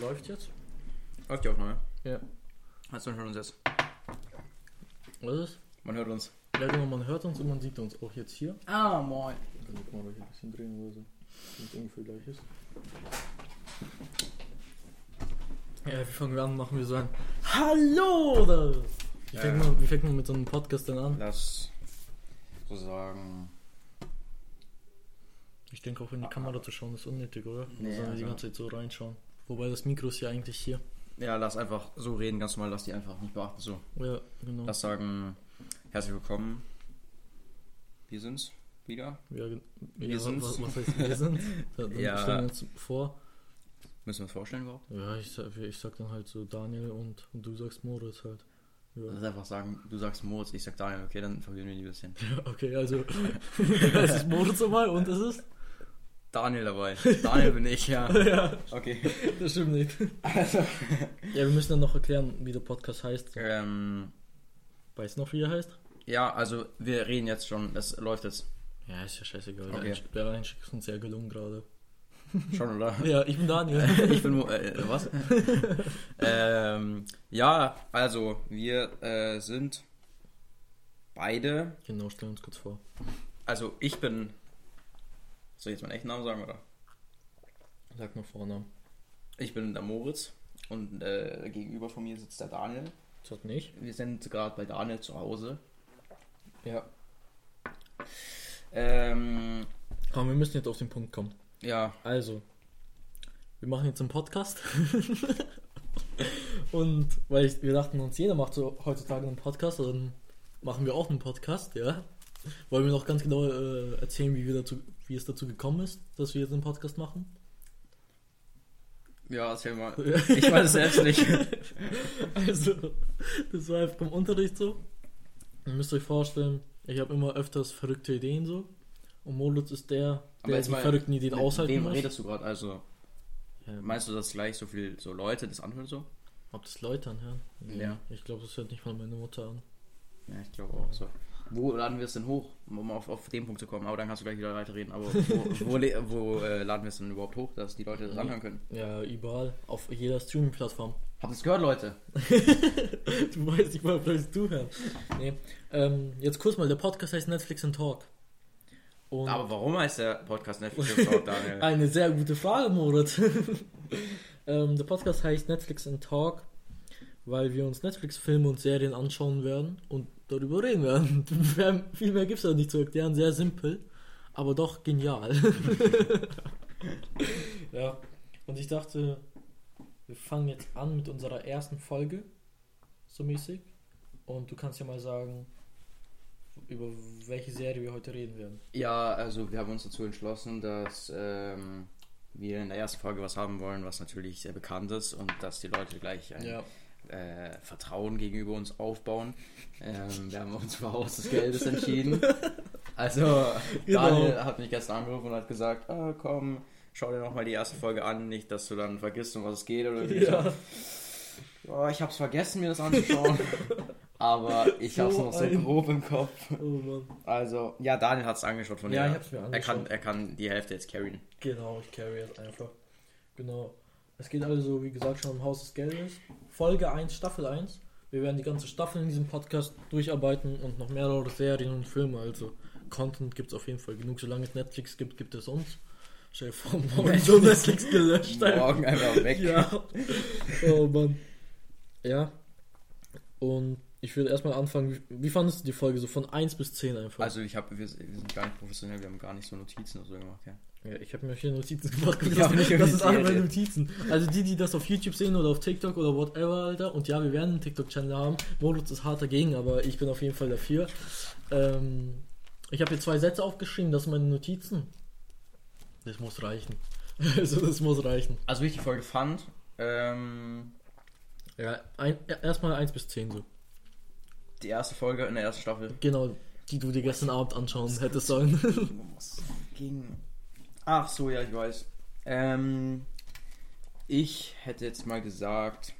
läuft jetzt? Läuft die Aufnahme. Ja. Also man hört uns jetzt. Was ist? Man hört uns. Ja, genau, man hört uns und man sieht uns auch jetzt hier. Ah, moin. Damit man euch ein bisschen drehen oder so. Damit ungefähr gleich ist. Ja, wie fangen wir an? Machen wir so ein Hallo! Oder? Wie, fängt Ja. man, wie fängt man mit so einem Podcast denn an? Lass so sagen. Ich denke auch in die Kamera zu schauen ist unnötig, oder? Nee, Sondern die also- ganze Zeit so reinschauen. Wobei das Mikro ist ja eigentlich hier. Ja, lass einfach so reden, ganz normal, lass die einfach nicht beachten. So. Ja, genau. Lass sagen, herzlich willkommen. Wir sind's wieder. Ja, gen- Wir ja, sind's. Was, was heißt wir sind? Da, dann Ja. stellen wir uns vor. Müssen wir uns vorstellen überhaupt? Ja, ich sag, ich sag dann halt so Daniel und, und du sagst Moritz halt. Ja. Lass einfach sagen, du sagst Moritz, ich sag Daniel, okay, dann verwirren wir die ein bisschen. Okay, also es ist Moritz nochmal und es ist. Daniel dabei. Daniel bin ich, ja. Ja, Okay. das stimmt nicht. Also. Ja, wir müssen dann noch erklären, wie der Podcast heißt. Ähm, Weißt du noch, wie er heißt? ja, also wir reden jetzt schon, das läuft jetzt. Ja, ist ja scheißegal. Der Okay. Einstieg- Der Einstieg ist uns sehr gelungen gerade. Schon, oder? Ja, ich bin Daniel. ich bin Mo äh, was? ähm, ja, also wir äh, sind beide. genau, stell uns kurz vor. Also ich bin. Soll ich jetzt meinen echten Namen sagen oder? Sag mal Vornamen. Ich bin der Moritz und äh, gegenüber von mir sitzt der Daniel. Ist das nicht? Wir sind gerade bei Daniel zu Hause. Ja. Ähm, Komm, wir müssen jetzt auf den Punkt kommen. ja, Also, wir machen jetzt einen Podcast. Und weil ich, wir dachten uns, jeder macht so heutzutage einen Podcast, dann machen wir auch einen Podcast, ja. Wollen wir noch ganz genau äh, erzählen, wie, wir dazu, wie es dazu gekommen ist, dass wir jetzt einen Podcast machen? ja, erzähl mal. Ich weiß es selbst nicht. Also, das war einfach im Unterricht so. Ihr müsst euch vorstellen, ich habe immer öfters verrückte Ideen so. Und Moritz ist der, Aber der jetzt die mal, verrückten Ideen Mit aushalten wem muss. redest du gerade? Also Ja, meinst du, dass gleich so viel so Leute das anhören so? Ob das Leute anhören? Ja. Ich glaube, das hört nicht mal meine Mutter an. Ja, ich glaube auch so. Wo laden wir es denn hoch, um auf, auf den Punkt zu kommen? Aber dann kannst du gleich wieder weiterreden. Aber wo, wo, le- wo äh, laden wir es denn überhaupt hoch, dass die Leute das anhören können? Ja, überall. Auf jeder Streaming-Plattform. Habt ihr es gehört, Leute? Du weißt nicht mal, was du hörst. Nee. Ähm, jetzt kurz mal, der Podcast heißt Netflix and Talk. Und Aber warum heißt der Podcast Netflix und Talk, Daniel? eine sehr gute Frage, Moritz. ähm, der Podcast heißt Netflix and Talk, weil wir uns Netflix-Filme und Serien anschauen werden und darüber reden werden. Mehr- Viel mehr gibt es da nicht zu erklären. Sehr simpel, aber doch genial. ja, und ich dachte, wir fangen jetzt an mit unserer ersten Folge, so mäßig. Und du kannst ja mal sagen, über welche Serie wir heute reden werden. Ja, also wir haben uns dazu entschlossen, dass ähm, wir in der ersten Folge was haben wollen, was natürlich sehr bekannt ist und dass die Leute gleich ein äh, Vertrauen gegenüber uns aufbauen. Ähm, wir haben uns für Haus des Geldes entschieden. Also, Genau. Daniel hat mich gestern angerufen und hat gesagt: ah, Komm, schau dir nochmal die erste Folge an, nicht, dass du dann vergisst, um was es geht. Oder wie. Ja. oh, ich hab's vergessen, mir das anzuschauen. Aber ich hab's So noch so ein- grob im Kopf. Oh Mann. Also, ja, Daniel hat's angeschaut von Ja, der- ich hab's mir Er angeschaut. kann, er kann die Hälfte jetzt carryen. Genau, ich carry es einfach. Genau. Es geht also, wie gesagt, schon um Haus des Geldes. Folge 1, Staffel 1. Wir werden die ganze Staffel in diesem Podcast durcharbeiten und noch mehrere Serien und Filme. Also Content gibt es auf jeden Fall genug. Solange es Netflix gibt, gibt es uns. Stell dir vor, morgen so Netflix gelöscht. Morgen einfach weg. Ja. Oh Mann. Ja. Und ich würde erstmal anfangen. Wie, wie fandest du die Folge? So von 1 bis 10 einfach. Also, ich hab, wir, wir sind gar nicht professionell, wir haben gar nicht so Notizen oder so gemacht. Ja. Ja, ich habe mir hier Notizen gemacht. Ich das hab nicht das ist notiert, alle meine ey. Notizen. Also die, die das auf YouTube sehen oder auf TikTok oder whatever, Alter. Und ja, wir werden einen TikTok-Channel haben. Moritz ist hart dagegen, aber ich bin auf jeden Fall dafür. Ähm, ich habe hier zwei Sätze aufgeschrieben, das sind meine Notizen. Das muss reichen. Also das muss reichen. Also, wie ich die Folge fand, ähm, Ja, ein, erstmal 1 bis 10 so. die erste Folge in der ersten Staffel. Genau, die du dir gestern Abend anschauen hättest sollen. Gegen. Ach so, ja, ich weiß. Ähm, ich hätte jetzt mal gesagt,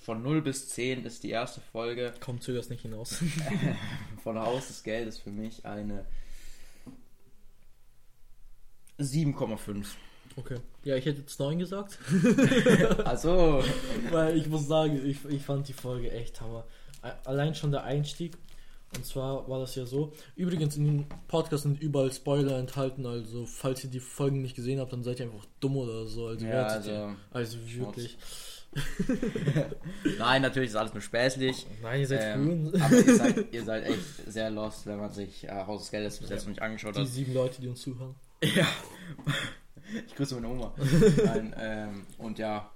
von 0 bis 10 ist die erste Folge Komm, zögerst nicht hinaus. von Haus des Geldes für mich eine 7,5. Okay. Ja, ich hätte jetzt 9 gesagt. Also, Weil ich muss sagen, ich, ich fand die Folge echt hammer. A- Allein schon der Einstieg. Und zwar war das ja so. Übrigens, in dem Podcast sind überall Spoiler enthalten. Also, falls ihr die Folgen nicht gesehen habt, dann seid ihr einfach dumm oder so. Also, ja, wertet ihr- also, also wirklich. nein, natürlich ist alles nur späßlich. Nein, ihr seid Ähm, Huren. aber ihr seid, ihr seid echt sehr lost, wenn man sich äh, Haus des Geldes bis jetzt noch nicht angeschaut Die hat. sieben Leute, die uns zuhören. Ja. Ich grüße meine Oma. Nein, ähm, und ja.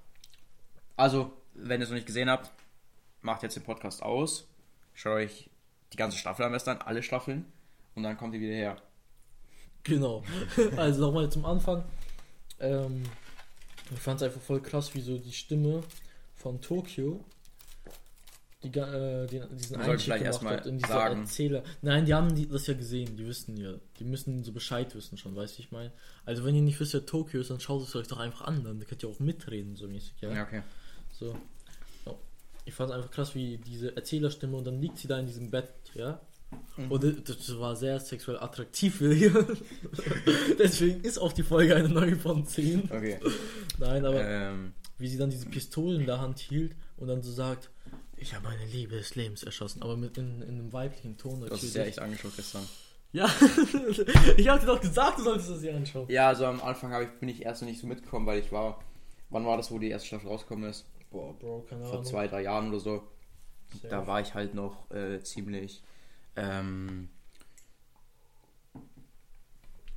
Also, wenn ihr es noch nicht gesehen habt, macht jetzt den Podcast aus. Schaut euch die ganze Staffel am besten an, alle Staffeln. Und dann kommt ihr wieder her. Genau. Also nochmal zum Anfang. Ähm, ich fand es einfach voll krass, wie so die Stimme von Tokio die, ga- äh, den, diesen Man sollte Einstieg vielleicht gemacht erstmal hat in diese sagen. Erzähler. Nein, die haben die, das ja gesehen, die wissen ja. Die müssen so Bescheid wissen schon, weißt du, wie ich meine. Also wenn ihr nicht wisst, wer Tokio ist, dann schaut es euch doch einfach an, dann könnt ihr auch mitreden, so mäßig, ja. okay. So. Ja. Ich fand es einfach krass, wie diese Erzählerstimme und dann liegt sie da in diesem Bett, ja. Mhm. Und das war sehr sexuell attraktiv für sie. Deswegen ist auch die Folge eine 9 von 10. Okay. Nein, aber Ähm, wie sie dann diese Pistolen in der Hand hielt und dann so sagt, ich habe meine Liebe des Lebens erschossen, aber mit in, in einem weiblichen Ton das ist ja echt angeschaut gestern. Ja, ich habe dir doch gesagt, du solltest das hier anschauen. Ja, also am Anfang hab ich, bin ich erst noch nicht so mitgekommen, weil ich war. Wann war das, wo die erste Staffel rausgekommen ist? Boah, Bro, keine vor Ahnung. zwei, drei Jahren oder so. Safe. Da war ich halt noch äh, ziemlich ähm,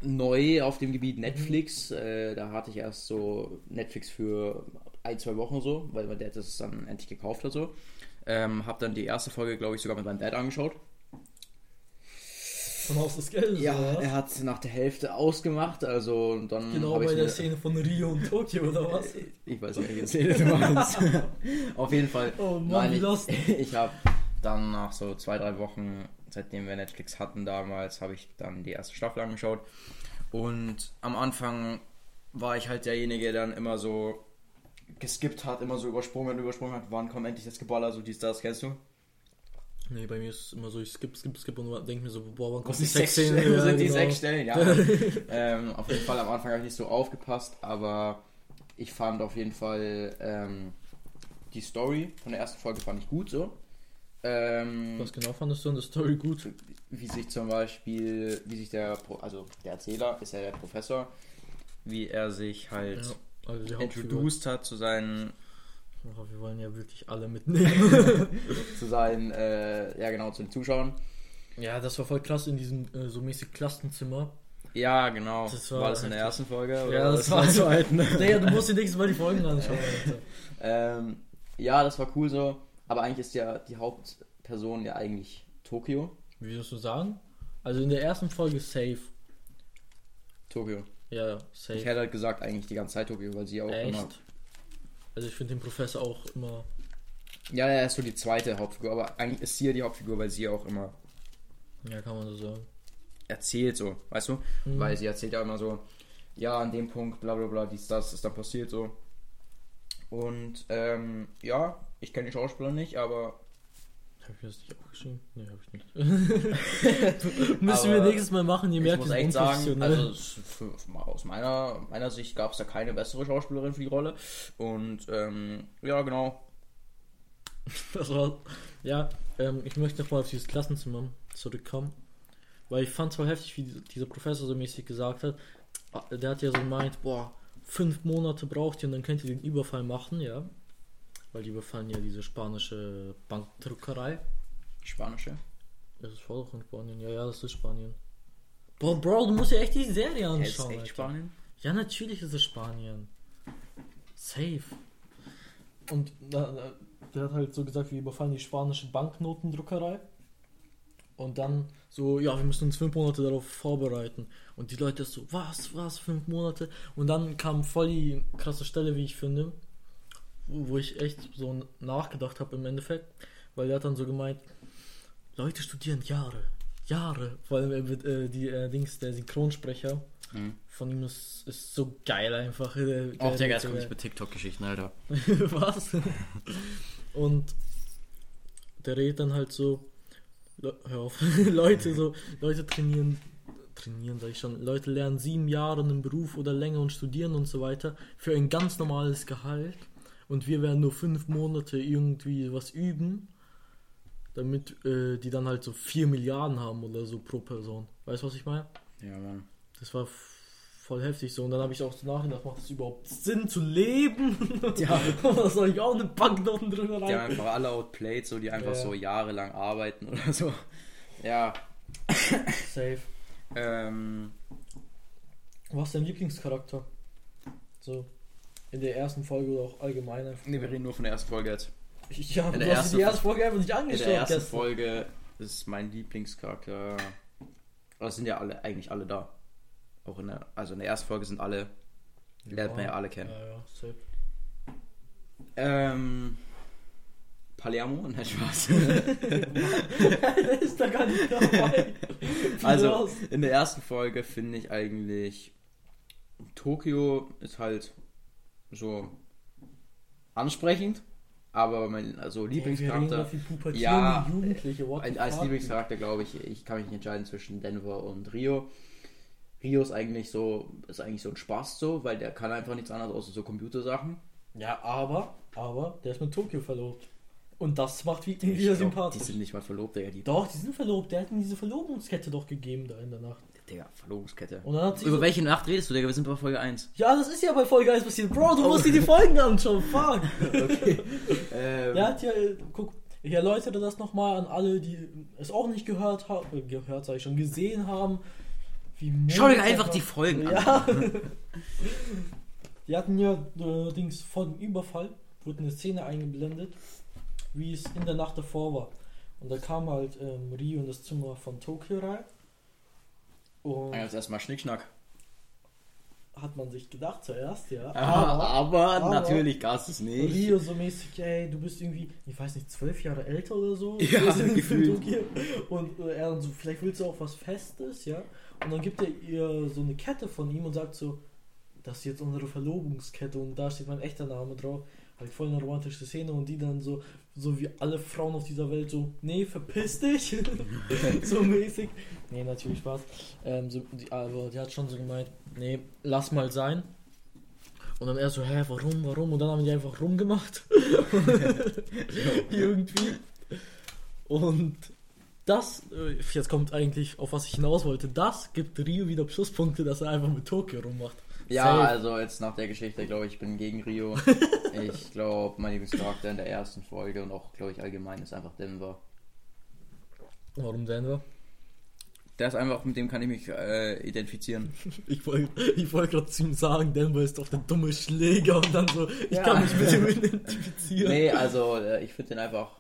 neu auf dem Mhm. Gebiet Netflix. Äh, da hatte ich erst so Netflix für ein, zwei Wochen so, weil mein Dad das dann endlich gekauft hat so. Ähm, hab dann die erste Folge, glaube ich, sogar mit meinem Dad angeschaut. Von Haus des Geldes, oder Also was? er hat nach der Hälfte ausgemacht, also und dann Genau hab bei ich's der mir- Szene von Rio und Tokio, oder was? Äh, Ich weiß nicht, welche Szene du meinst. Auf jeden Fall. Oh Mann, wie ich, lost. Ich habe dann nach so zwei, drei Wochen, seitdem wir Netflix hatten damals, habe ich dann die erste Staffel angeschaut. Und am Anfang war ich halt derjenige, der dann immer so geskippt hat, immer so übersprungen und übersprungen hat, wann kommt endlich das Geballer, so dies, das, kennst du? Nee, bei mir ist es immer so, ich skip, skip, skip und denke mir so, boah, wann kommt Oh Wo die sind die Sexszene? Stellen? Wo Ja, sind genau. die sechs Stellen? Ja. ähm, auf jeden Fall am Anfang habe ich nicht so aufgepasst, aber ich fand auf jeden Fall ähm, die Story von der ersten Folge fand ich gut so. Ähm, Was genau fandest du an der Story gut? wie sich zum Beispiel, wie sich der, Pro- also der Erzähler ist ja der Professor, wie er sich halt Ja, also die Hauptfigur. introduced hat zu seinen, Oh, wir wollen ja wirklich alle mitnehmen. zu seinen, äh, ja genau, zu den Zuschauern. ja, das war voll krass in diesem äh, so mäßig Klassenzimmer. Ja, genau. Das war, war das in der heftig. ersten Folge? Ja, das war so alt. ne? Naja, du musst dir nächstes Mal die Folgen anschauen. Alter. Ähm, ja, das war cool so. Aber eigentlich ist ja die Hauptperson ja eigentlich Tokio. Wie würdest du sagen? Also in der ersten Folge safe. Tokio. Ja, ja, Ich safe. hätte halt gesagt, eigentlich die ganze Zeit Tokio, weil sie auch immer. Echt? Also ich finde den Professor auch immer. Ja, er ist so die zweite Hauptfigur, aber eigentlich ist sie ja die Hauptfigur, weil sie auch immer Ja, kann man so sagen. erzählt so, weißt du? Weil sie erzählt ja immer so, ja, an dem Punkt, bla bla bla, dies, das ist dann passiert so. Und ähm, ja, ich kenne die Schauspieler nicht, aber Hab ich das nicht aufgeschrieben? Nee, hab ich nicht. Müssen wir Aber nächstes Mal machen, ihr ich merkt, muss wir sind echt sagen, unprofessionell. also es- für, aus meiner, meiner Sicht gab es da keine bessere Schauspielerin für die Rolle. Und ähm, ja, genau. Das war's. Ja, ähm, ich möchte nochmal auf dieses Klassenzimmer zurückkommen. Weil ich fand es voll heftig, wie diese- dieser Professor so mäßig gesagt hat. Ah, Der hat ja so gemeint, boah, fünf Monate braucht ihr und dann könnt ihr den Überfall machen, ja. Weil die überfallen ja diese spanische Bankdruckerei. Die Spanische. Das ist voll auch in Spanien. Ja, ja, das ist Spanien. Boah, Bro, du musst ja echt die Serie Hey, ist anschauen. echt Alter. Spanien? Ja, natürlich ist es Spanien. Safe. Und da, da, der hat halt so gesagt, wir überfallen die spanische Banknotendruckerei. Und dann so, ja, wir müssen uns fünf Monate darauf vorbereiten. Und die Leute so, was, was, fünf Monate? Und dann kam voll die krasse Stelle, wie ich finde, wo wo ich echt so nachgedacht habe im Endeffekt. Weil der hat dann so gemeint, Leute studieren Jahre. Jahre. Vor allem äh, mit, äh, die äh, Dings, der Synchronsprecher von ihm ist, ist so geil einfach. Äh, Auch der ist Geist so kommt nicht mit TikTok-Geschichten, Alter. was? Und der redet dann halt so, Le hör auf, Leute so, Leute trainieren trainieren, sage ich schon. Leute lernen sieben Jahre einen Beruf oder länger und studieren und so weiter für ein ganz normales Gehalt. Und wir werden nur fünf Monate irgendwie was üben, damit äh, die dann halt so vier Milliarden haben oder so pro Person. Weißt du, was ich meine? Ja, Mann. Das war voll heftig so. Und dann habe ich auch so nachgedacht, macht es überhaupt Sinn zu leben? Ja. da soll ich auch eine Banknoten drüber Die rein. haben einfach alle outplayed, so die einfach Ja. so jahrelang arbeiten oder so. Ja. Safe. Ähm, Was ist dein Lieblingscharakter? So. In der ersten Folge oder auch allgemein einfach. nee, wir reden nur von der ersten Folge jetzt. Ja, In du hast dir der ersten die erste Folge einfach nicht In angeschaut. der ersten gestern. Folge ist mein Lieblingscharakter. Aber es sind ja alle, eigentlich alle da. Auch in der, also in der ersten Folge sind alle, lernt man ja alle kennen. Ja, ja, safe. Ähm, Palermo, nein, Spaß. Der ist da gar nicht dabei. also, in der ersten Folge finde ich eigentlich, Tokio ist halt so ansprechend, aber mein also Lieblingscharakter. Ja, Ja, Jugendliche, what Ein, the als fuck? Lieblingscharakter glaube ich, ich kann mich nicht entscheiden zwischen Denver und Rio. Rio ist eigentlich so, ist eigentlich so ein Spaß so, weil der kann einfach nichts anderes außer so Computersachen. Ja, aber, aber, der ist mit Tokio verlobt. Und das macht ihn wieder Ich glaub, sympathisch. Die sind nicht mal verlobt, Digga. Die doch, die sind verlobt. Der hat ihm diese Verlobungskette doch gegeben da in der Nacht. Digga, Verlobungskette. Und dann hat sie Über so- welche Nacht redest du, Digga? Wir sind bei Folge 1. Ja, das ist ja bei Folge 1 passiert. Bro, du musst dir Oh. die Folgen anschauen. Fuck. Ähm, Der hat ja, äh, guck, ich erläutere das nochmal an alle, die es auch nicht gehört haben, gehört, sag ich schon, gesehen haben. Wie Schau dir Moritz einfach die Folgen an. Ja. Die hatten ja äh, Dings vor dem Überfall, wurde eine Szene eingeblendet, wie es in der Nacht davor war. Und da kam halt ähm, Rio in das Zimmer von Tokio rein. Und Jetzt erstmal Schnickschnack. hat man sich gedacht zuerst, ja. Aber, aber, aber- natürlich gab es nicht. ah, Rio so mäßig, ey, du bist irgendwie, ich weiß nicht, zwölf Jahre älter oder so. Ja, Wir sind in gefühlt. Tokio. Und äh, er dann so, vielleicht willst du auch was Festes, ja. Und dann gibt er ihr so eine Kette von ihm und sagt so, das ist jetzt unsere Verlobungskette und da steht mein echter Name drauf. Halt voll eine romantische Szene und die dann so, so wie alle Frauen auf dieser Welt so, nee, verpiss dich. so mäßig. Nee, natürlich Spaß. Ähm, so, die, aber die hat schon so gemeint, nee, lass mal sein. Und dann er so, hä, warum, warum? Und dann haben die einfach rumgemacht. Irgendwie. Und das, äh, jetzt kommt eigentlich, auf was ich hinaus wollte, das gibt Rio wieder Pluspunkte, dass er einfach mit Tokio rummacht. Ja, Safe. also jetzt nach der Geschichte, glaube ich, ich bin gegen Rio. ich glaube, mein Lieblingscharakter in der ersten Folge und auch, glaube ich, allgemein ist einfach Denver. Warum Denver? Der ist einfach, mit dem kann ich mich äh, identifizieren. Ich wollte ich wollt gerade zu ihm sagen, Denver ist doch der dumme Schläger und dann so, ich Ja. kann mich mit ihm identifizieren. Nee, also äh, ich finde den einfach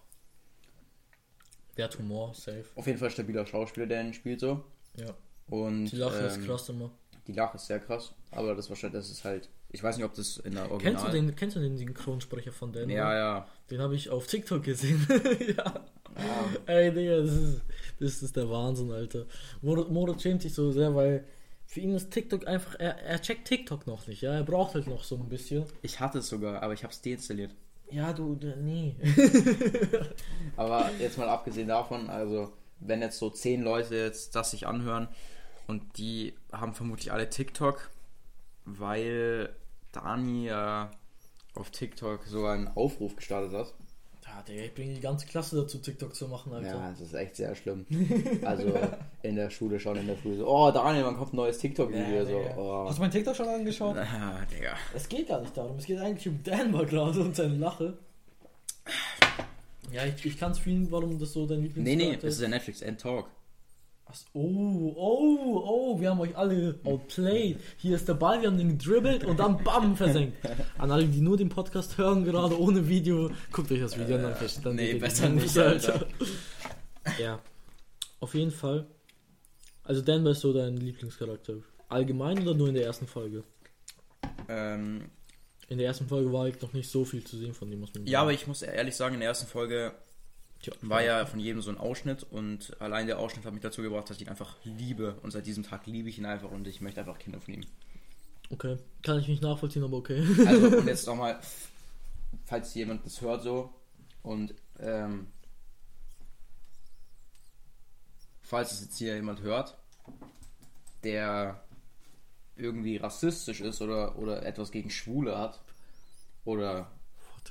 Der hat Humor, safe. auf jeden Fall stabiler Schauspieler, der ihn spielt so. Ja. Und, Die Lache ähm, ist krass immer. Die Lache ist sehr krass, aber das wahrscheinlich, das ist halt, ich weiß nicht, ob das in der Original... Kennst du, den, kennst du den Synchronsprecher von Denver? Ja, ja. Den habe ich auf TikTok gesehen. ja. Ah. Ey, Digga, das ist, das ist der Wahnsinn, Alter. Moritz Moritz schämt sich so sehr, weil für ihn ist TikTok einfach. Er, er checkt TikTok noch nicht, ja. Er braucht halt noch so ein bisschen. Ich hatte es sogar, aber ich habe es deinstalliert. Ja, du, du nee. Aber jetzt mal abgesehen davon, also wenn jetzt so zehn Leute jetzt das sich anhören und die haben vermutlich alle TikTok, weil Dani ja auf TikTok sogar einen Aufruf gestartet hat. Ja, Digga, ich bringe die ganze Klasse dazu, TikTok zu machen, Alter. Ja, das ist echt sehr schlimm. Also in der Schule schon in der Früh so, oh Daniel, wann kommt ein neues TikTok-Video? so, Digga. oh. Hast du mein TikTok schon angeschaut? Ah, Digga. Es geht gar nicht darum. Es geht eigentlich um Denver gerade und seine Lache. Ja, ich, ich kann es fühlen, warum das so dein Lieblings Nee, nee, das ist ja Netflix and Talk. Ach, so, oh, oh, oh, wir haben euch alle outplayed. Hier ist der Ball, wir haben den gedribbelt und dann bam versenkt. An alle, die nur den Podcast hören, gerade ohne Video, guckt euch das Video an, dann versteht dann seht ihr Äh, nee, die besser Memes, nicht, Alter. ja, auf jeden Fall. Also Denver ist so dein Lieblingscharakter. Allgemein oder nur in der ersten Folge? Ähm, In der ersten Folge war halt noch nicht so viel zu sehen von dem, was man ja, aber ich muss ehrlich sagen, in der ersten Folge Tja, war ja von jedem so ein Ausschnitt und allein der Ausschnitt hat mich dazu gebracht, dass ich ihn einfach liebe und seit diesem Tag liebe ich ihn einfach und ich möchte einfach Kinder von ihm. Okay, kann ich nicht nachvollziehen, aber okay. Also und jetzt nochmal, falls jemand das hört so und ähm, falls es jetzt hier jemand hört der irgendwie rassistisch ist oder, oder etwas gegen Schwule hat oder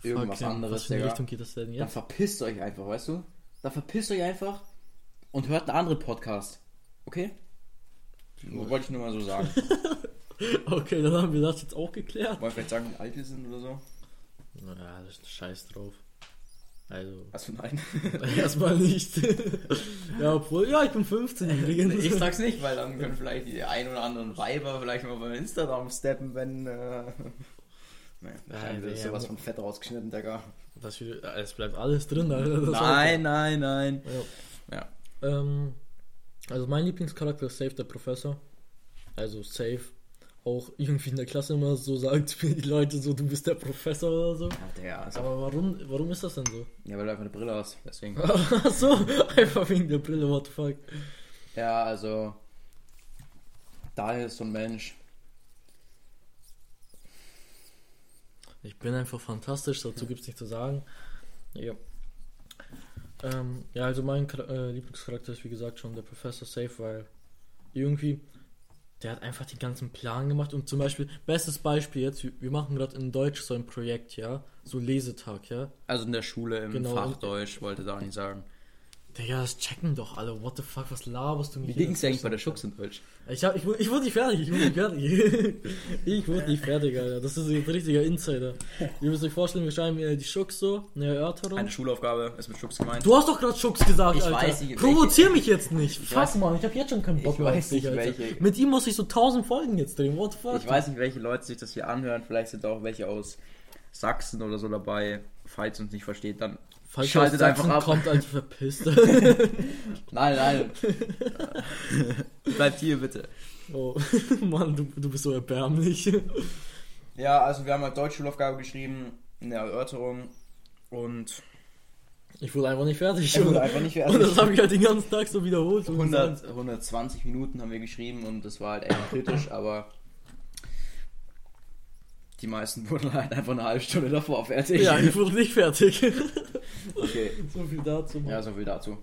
irgendwas Fuck, ja, anderes, Was für eine Digga. Richtung geht das denn dann jetzt? verpisst euch einfach, weißt du? Dann verpisst euch einfach und hört einen anderen Podcast. Okay? Wollte ich nur mal so sagen. Okay, dann haben wir das jetzt auch geklärt. Wollen wir vielleicht sagen, wie alt wir sind oder so? Naja, das ist scheiß drauf. Also, Achso, nein. erstmal nicht. ja, obwohl, ja, ich bin 15 übrigens. Ich sag's nicht, weil dann können vielleicht die ein oder anderen Weiber vielleicht mal beim Instagram steppen, wenn. Äh... Naja, Nein, das ist nee, sowas aber- von fett rausgeschnitten, Digga. Das hier, es bleibt alles drin, Alter. Das Nein, nein, nein. Auto. Ja. Ja. Ähm, also mein Lieblingscharakter ist safe der Professor. Also safe. Auch irgendwie in der Klasse immer so sagt mir die Leute so, du bist der Professor oder so. Ja, Digga, also, Aber warum, warum ist das denn so? ja, weil du einfach eine Brille hast, deswegen. Ach so, einfach wegen der Brille, what the fuck. Ja, also. Daniel ist so ein Mensch. Ich bin einfach fantastisch, dazu gibt's nichts zu sagen. Ja. Ähm, ja, also mein Char- äh, Lieblingscharakter ist wie gesagt schon der Professor Safe, weil irgendwie, der hat einfach den ganzen Plan gemacht und zum Beispiel, bestes Beispiel jetzt, wir- wir machen gerade in Deutsch so ein Projekt, ja, so Lesetag, ja. Also in der Schule, im Genau. Fach Deutsch, wollte Daniel sagen. Digga, das checken doch alle, what the fuck, was laberst du mir Wie hier ging's dir eigentlich bei dazwischen? der Schucks in Deutsch? Ich, hab, ich, wu- ich wurde nicht fertig, ich wurde nicht fertig. ich wurde nicht fertig, Alter. Das ist ein richtiger Insider. Ihr müsst euch vorstellen, wir schreiben äh, die Schucks so, eine Erörterung. Eine Schulaufgabe ist mit Schucks gemeint. Du hast doch gerade Schubs gesagt, Ich Alter. weiß nicht, Provozier mich jetzt nicht. Ich fuck, weiß- Mann, ich hab jetzt schon keinen Bock Ich mehr weiß auf dich, nicht, Alter. welche- Mit ihm muss ich so tausend Folgen jetzt drehen. What the fuck? Ich weiß nicht, welche Leute sich das hier anhören. Vielleicht sind auch welche aus Sachsen oder so dabei. Falls ihr uns nicht versteht, dann Falls ihr aus schaltet Sachsen einfach ab. kommt, Alter, verpisst. Nein, nein. Bleibt hier bitte. oh, Mann, du, du bist so erbärmlich. Ja, also wir haben halt Deutschschulaufgabe geschrieben, eine Erörterung und Ich wurde einfach nicht fertig. Ich wurde einfach nicht fertig. Und das habe ich halt den ganzen Tag so wiederholt. 100, 120 Minuten haben wir geschrieben und das war halt echt kritisch, aber die meisten wurden halt einfach eine halbe Stunde davor fertig. Ja, ich wurde nicht fertig. okay. so viel dazu, Mann. Ja, so viel dazu.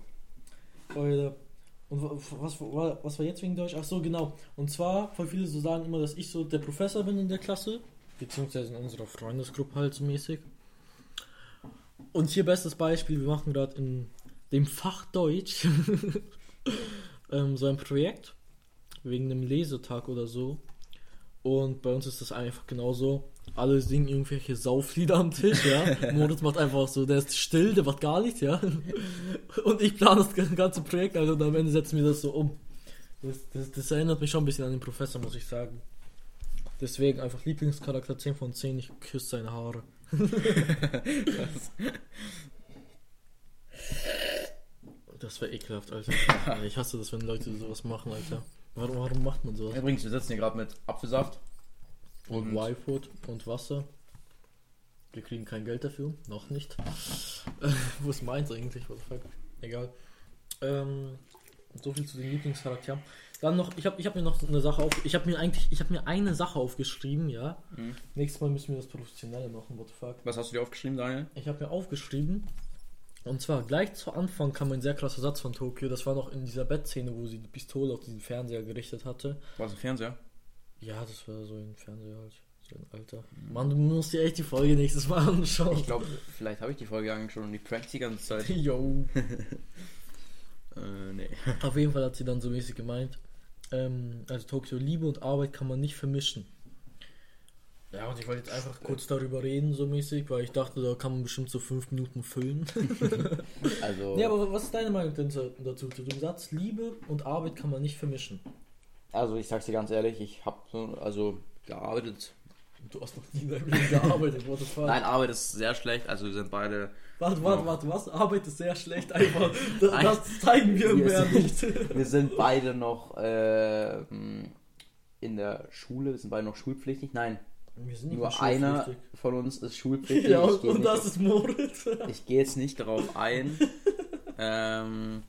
Alter. äh, Und wa- was, wa- was war jetzt wegen Deutsch? Ach so, genau. Und zwar, voll viele so sagen immer, dass ich so der Professor bin in der Klasse. Beziehungsweise in unserer Freundesgruppe halt so mäßig. Und hier bestes Beispiel, wir machen gerade in dem Fach Deutsch ähm, so ein Projekt. Wegen einem Lesetag oder so. Und bei uns ist das einfach genauso. Alle singen irgendwelche Sauflieder am Tisch, ja. Moritz macht einfach so, der ist still, der macht gar nichts, ja. Und ich plane das ganze Projekt, also und am Ende setzen wir das so um. Das, das, das erinnert mich schon ein bisschen an den Professor, muss ich sagen. Deswegen einfach Lieblingscharakter 10 von 10, ich küsse seine Haare. Das wäre ekelhaft, Alter. Ich hasse das, wenn Leute sowas machen, Alter. Warum, warum macht man sowas? Übrigens, wir sitzen hier gerade mit Apfelsaft. Und Und- Y-Food und Wasser. Wir kriegen kein Geld dafür, noch nicht. Wo ist meins eigentlich? What the fuck? Egal. Ähm, so viel zu den Lieblingscharakteren. Dann noch, ich habe ich hab mir noch eine Sache auf, ich habe mir eigentlich, ich habe mir eine Sache aufgeschrieben, ja. Mhm. Nächstes Mal müssen wir das professionell machen, what the fuck. Was hast du dir aufgeschrieben, Daniel? Ich habe mir aufgeschrieben, und zwar gleich zu Anfang kam ein sehr krasser Satz von Tokio. Das war noch in dieser Bettszene, wo sie die Pistole auf diesen Fernseher gerichtet hatte. War es ein Fernseher? Ja, das war so im Fernseher halt. So ein alter. Mann, du musst dir echt die Folge nächstes Mal anschauen. Ich glaube, vielleicht habe ich die Folge angeschaut und die prankt die ganze Zeit. Jo. äh, nee. Auf jeden Fall hat sie dann so mäßig gemeint. Ähm, also Tokio, Liebe und Arbeit kann man nicht vermischen. Ja, und ich wollte jetzt einfach kurz darüber reden, so mäßig, weil ich dachte, da kann man bestimmt so fünf Minuten füllen. Also, Ja, aber was ist deine Meinung denn so- dazu? Zu dem Satz, Liebe und Arbeit kann man nicht vermischen. also ich sag's dir ganz ehrlich, ich habe so, also gearbeitet. Du hast noch nie in deinem Leben gearbeitet, what the fuck? Nein, Arbeit ist sehr schlecht, also wir sind beide. Warte, warte, warte, was? Arbeit ist sehr schlecht, einfach. Das, Nein. das zeigen wir Wir mehr sind- nicht. Wir sind beide noch äh, in der Schule, wir sind beide noch schulpflichtig. Nein, Wir sind nicht nur mal einer Hm, schulpflichtig. von uns ist schulpflichtig. Ja, ich und, gehe und nicht, das ist Moritz. auf- ich geh jetzt nicht darauf ein. ähm,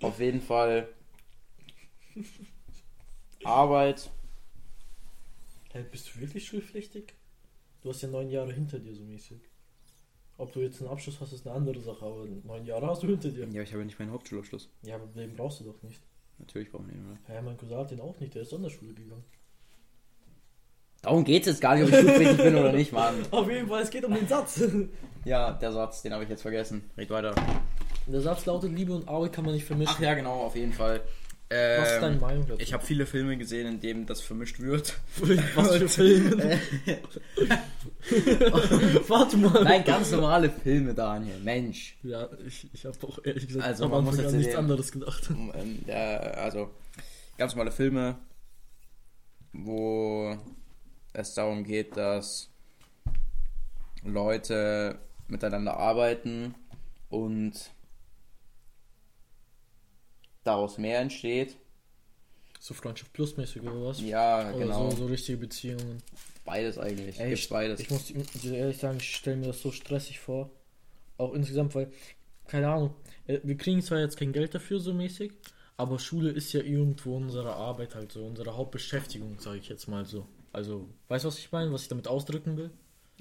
auf jeden Fall Arbeit. Hey, bist du wirklich schulpflichtig? Du hast ja neun Jahre hinter dir so mäßig. Ob du jetzt einen Abschluss hast, ist eine andere Sache, aber neun Jahre hast du hinter dir. Ja, ich habe ja nicht meinen Hauptschulabschluss. Ja, aber den brauchst du doch nicht. Natürlich brauchen wir ihn, oder? Ja, mein Cousin hat den auch nicht, der ist Sonderschule gegangen. Darum geht es jetzt gar nicht, ob ich schulpflichtig bin oder nicht, Mann. Auf jeden Fall, es geht um den Satz. Ja, der Satz, den habe ich jetzt vergessen. Red weiter. Der Satz lautet, Liebe und Arbeit kann man nicht vermischen. Ach ja, genau, auf jeden Fall. Was ist deine Ähm, Meinung dazu? ich habe viele Filme gesehen, in denen das vermischt wird. was für Filme? Warte mal. Nein, ganz normale Filme, Daniel. Mensch. Ja, ich, ich habe auch ehrlich gesagt Also, am man muss Anfang jetzt an nichts sehen. anderes gedacht. Ähm, ja, also, ganz normale Filme, wo es darum geht, dass Leute miteinander arbeiten und daraus mehr entsteht. So Freundschaft plus mäßig oder was? Ja, Oder genau. so, so richtige Beziehungen. Beides eigentlich. Ey, Gibt's beides. Ich muss dir ehrlich sagen, ich stelle mir das so stressig vor. Auch insgesamt, weil, keine Ahnung, äh, wir kriegen zwar jetzt kein Geld dafür so mäßig, aber Schule ist ja irgendwo unsere Arbeit halt so, unsere Hauptbeschäftigung, sage ich jetzt mal so. Also, weißt du, was ich meine, was ich damit ausdrücken will?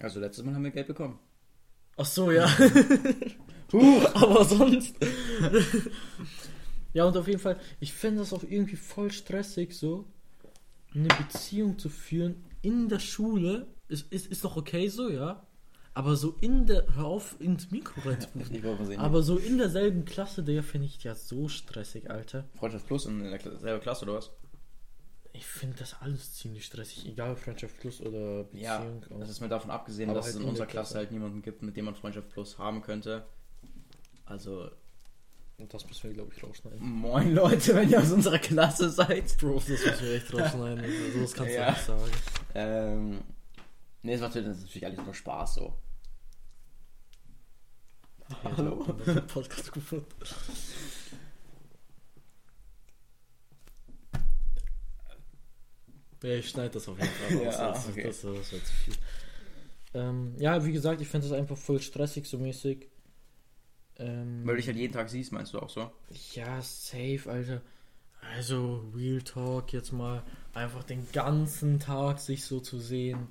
Also, letztes Mal haben wir Geld bekommen. Ach so, ja. aber sonst. ja, und auf jeden Fall, ich fände das auch irgendwie voll stressig, so eine Beziehung zu führen in der Schule. Ist, ist, ist doch okay so, ja. Aber so in der. Hör auf, ins Mikro reinzupusten. Ich hoffe, sehen Aber so in derselben Klasse, der finde ich ja so stressig, Alter. Freundschaft Plus in der Kla selben Klasse oder was? Ich finde das alles ziemlich stressig, egal Freundschaft plus oder Ja, Beziehung. das ist mal davon abgesehen, Aber dass halt es in in unserer der Klasse, Klasse. halt niemanden gibt, mit dem man Freundschaft Plus haben könnte. Also, Und das müssen wir, glaube ich, rausschneiden. moin Leute, wenn ihr aus unserer Klasse seid. Bro, das müssen wir echt rausschneiden. Also, das kannst Ja. du nicht sagen. Ähm, nee, es macht das ist natürlich alles nur Spaß so. Hallo. Podcast gefunden. Ja, ich schneide das auf jeden Fall raus. Ja, das, okay. das, das war zu viel. Ähm, ja, wie gesagt, ich fände es einfach voll stressig, so mäßig. Ähm, Weil du dich halt jeden Tag siehst, meinst du auch so? ja, safe, Alter. Also, Real Talk, jetzt mal einfach den ganzen Tag sich so zu sehen.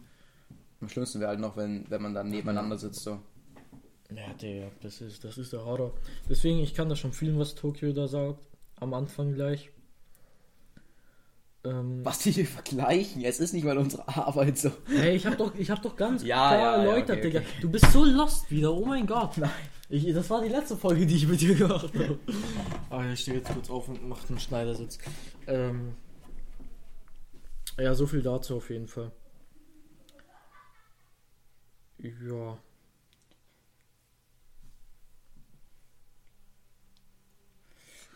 Am schlimmsten wäre halt noch, wenn, wenn man dann nebeneinander sitzt so. Ja, Digga, das ist, das ist der Horror. Deswegen, ich kann da schon fühlen, was Tokio da sagt. Am Anfang gleich. Ähm, Was die hier vergleichen, es ist nicht mal unsere Arbeit so. Hey, ich hab doch, ich hab doch ganz Ja, klar ja, ja, erläutert, okay, Digga. okay. Du bist so lost wieder, oh mein Gott. Nein. Ich, das war die letzte Folge, die ich mit dir gemacht habe. Aber ich stehe jetzt kurz auf und mache einen Schneidersitz. Ähm, ja, so viel dazu auf jeden Fall. Ja.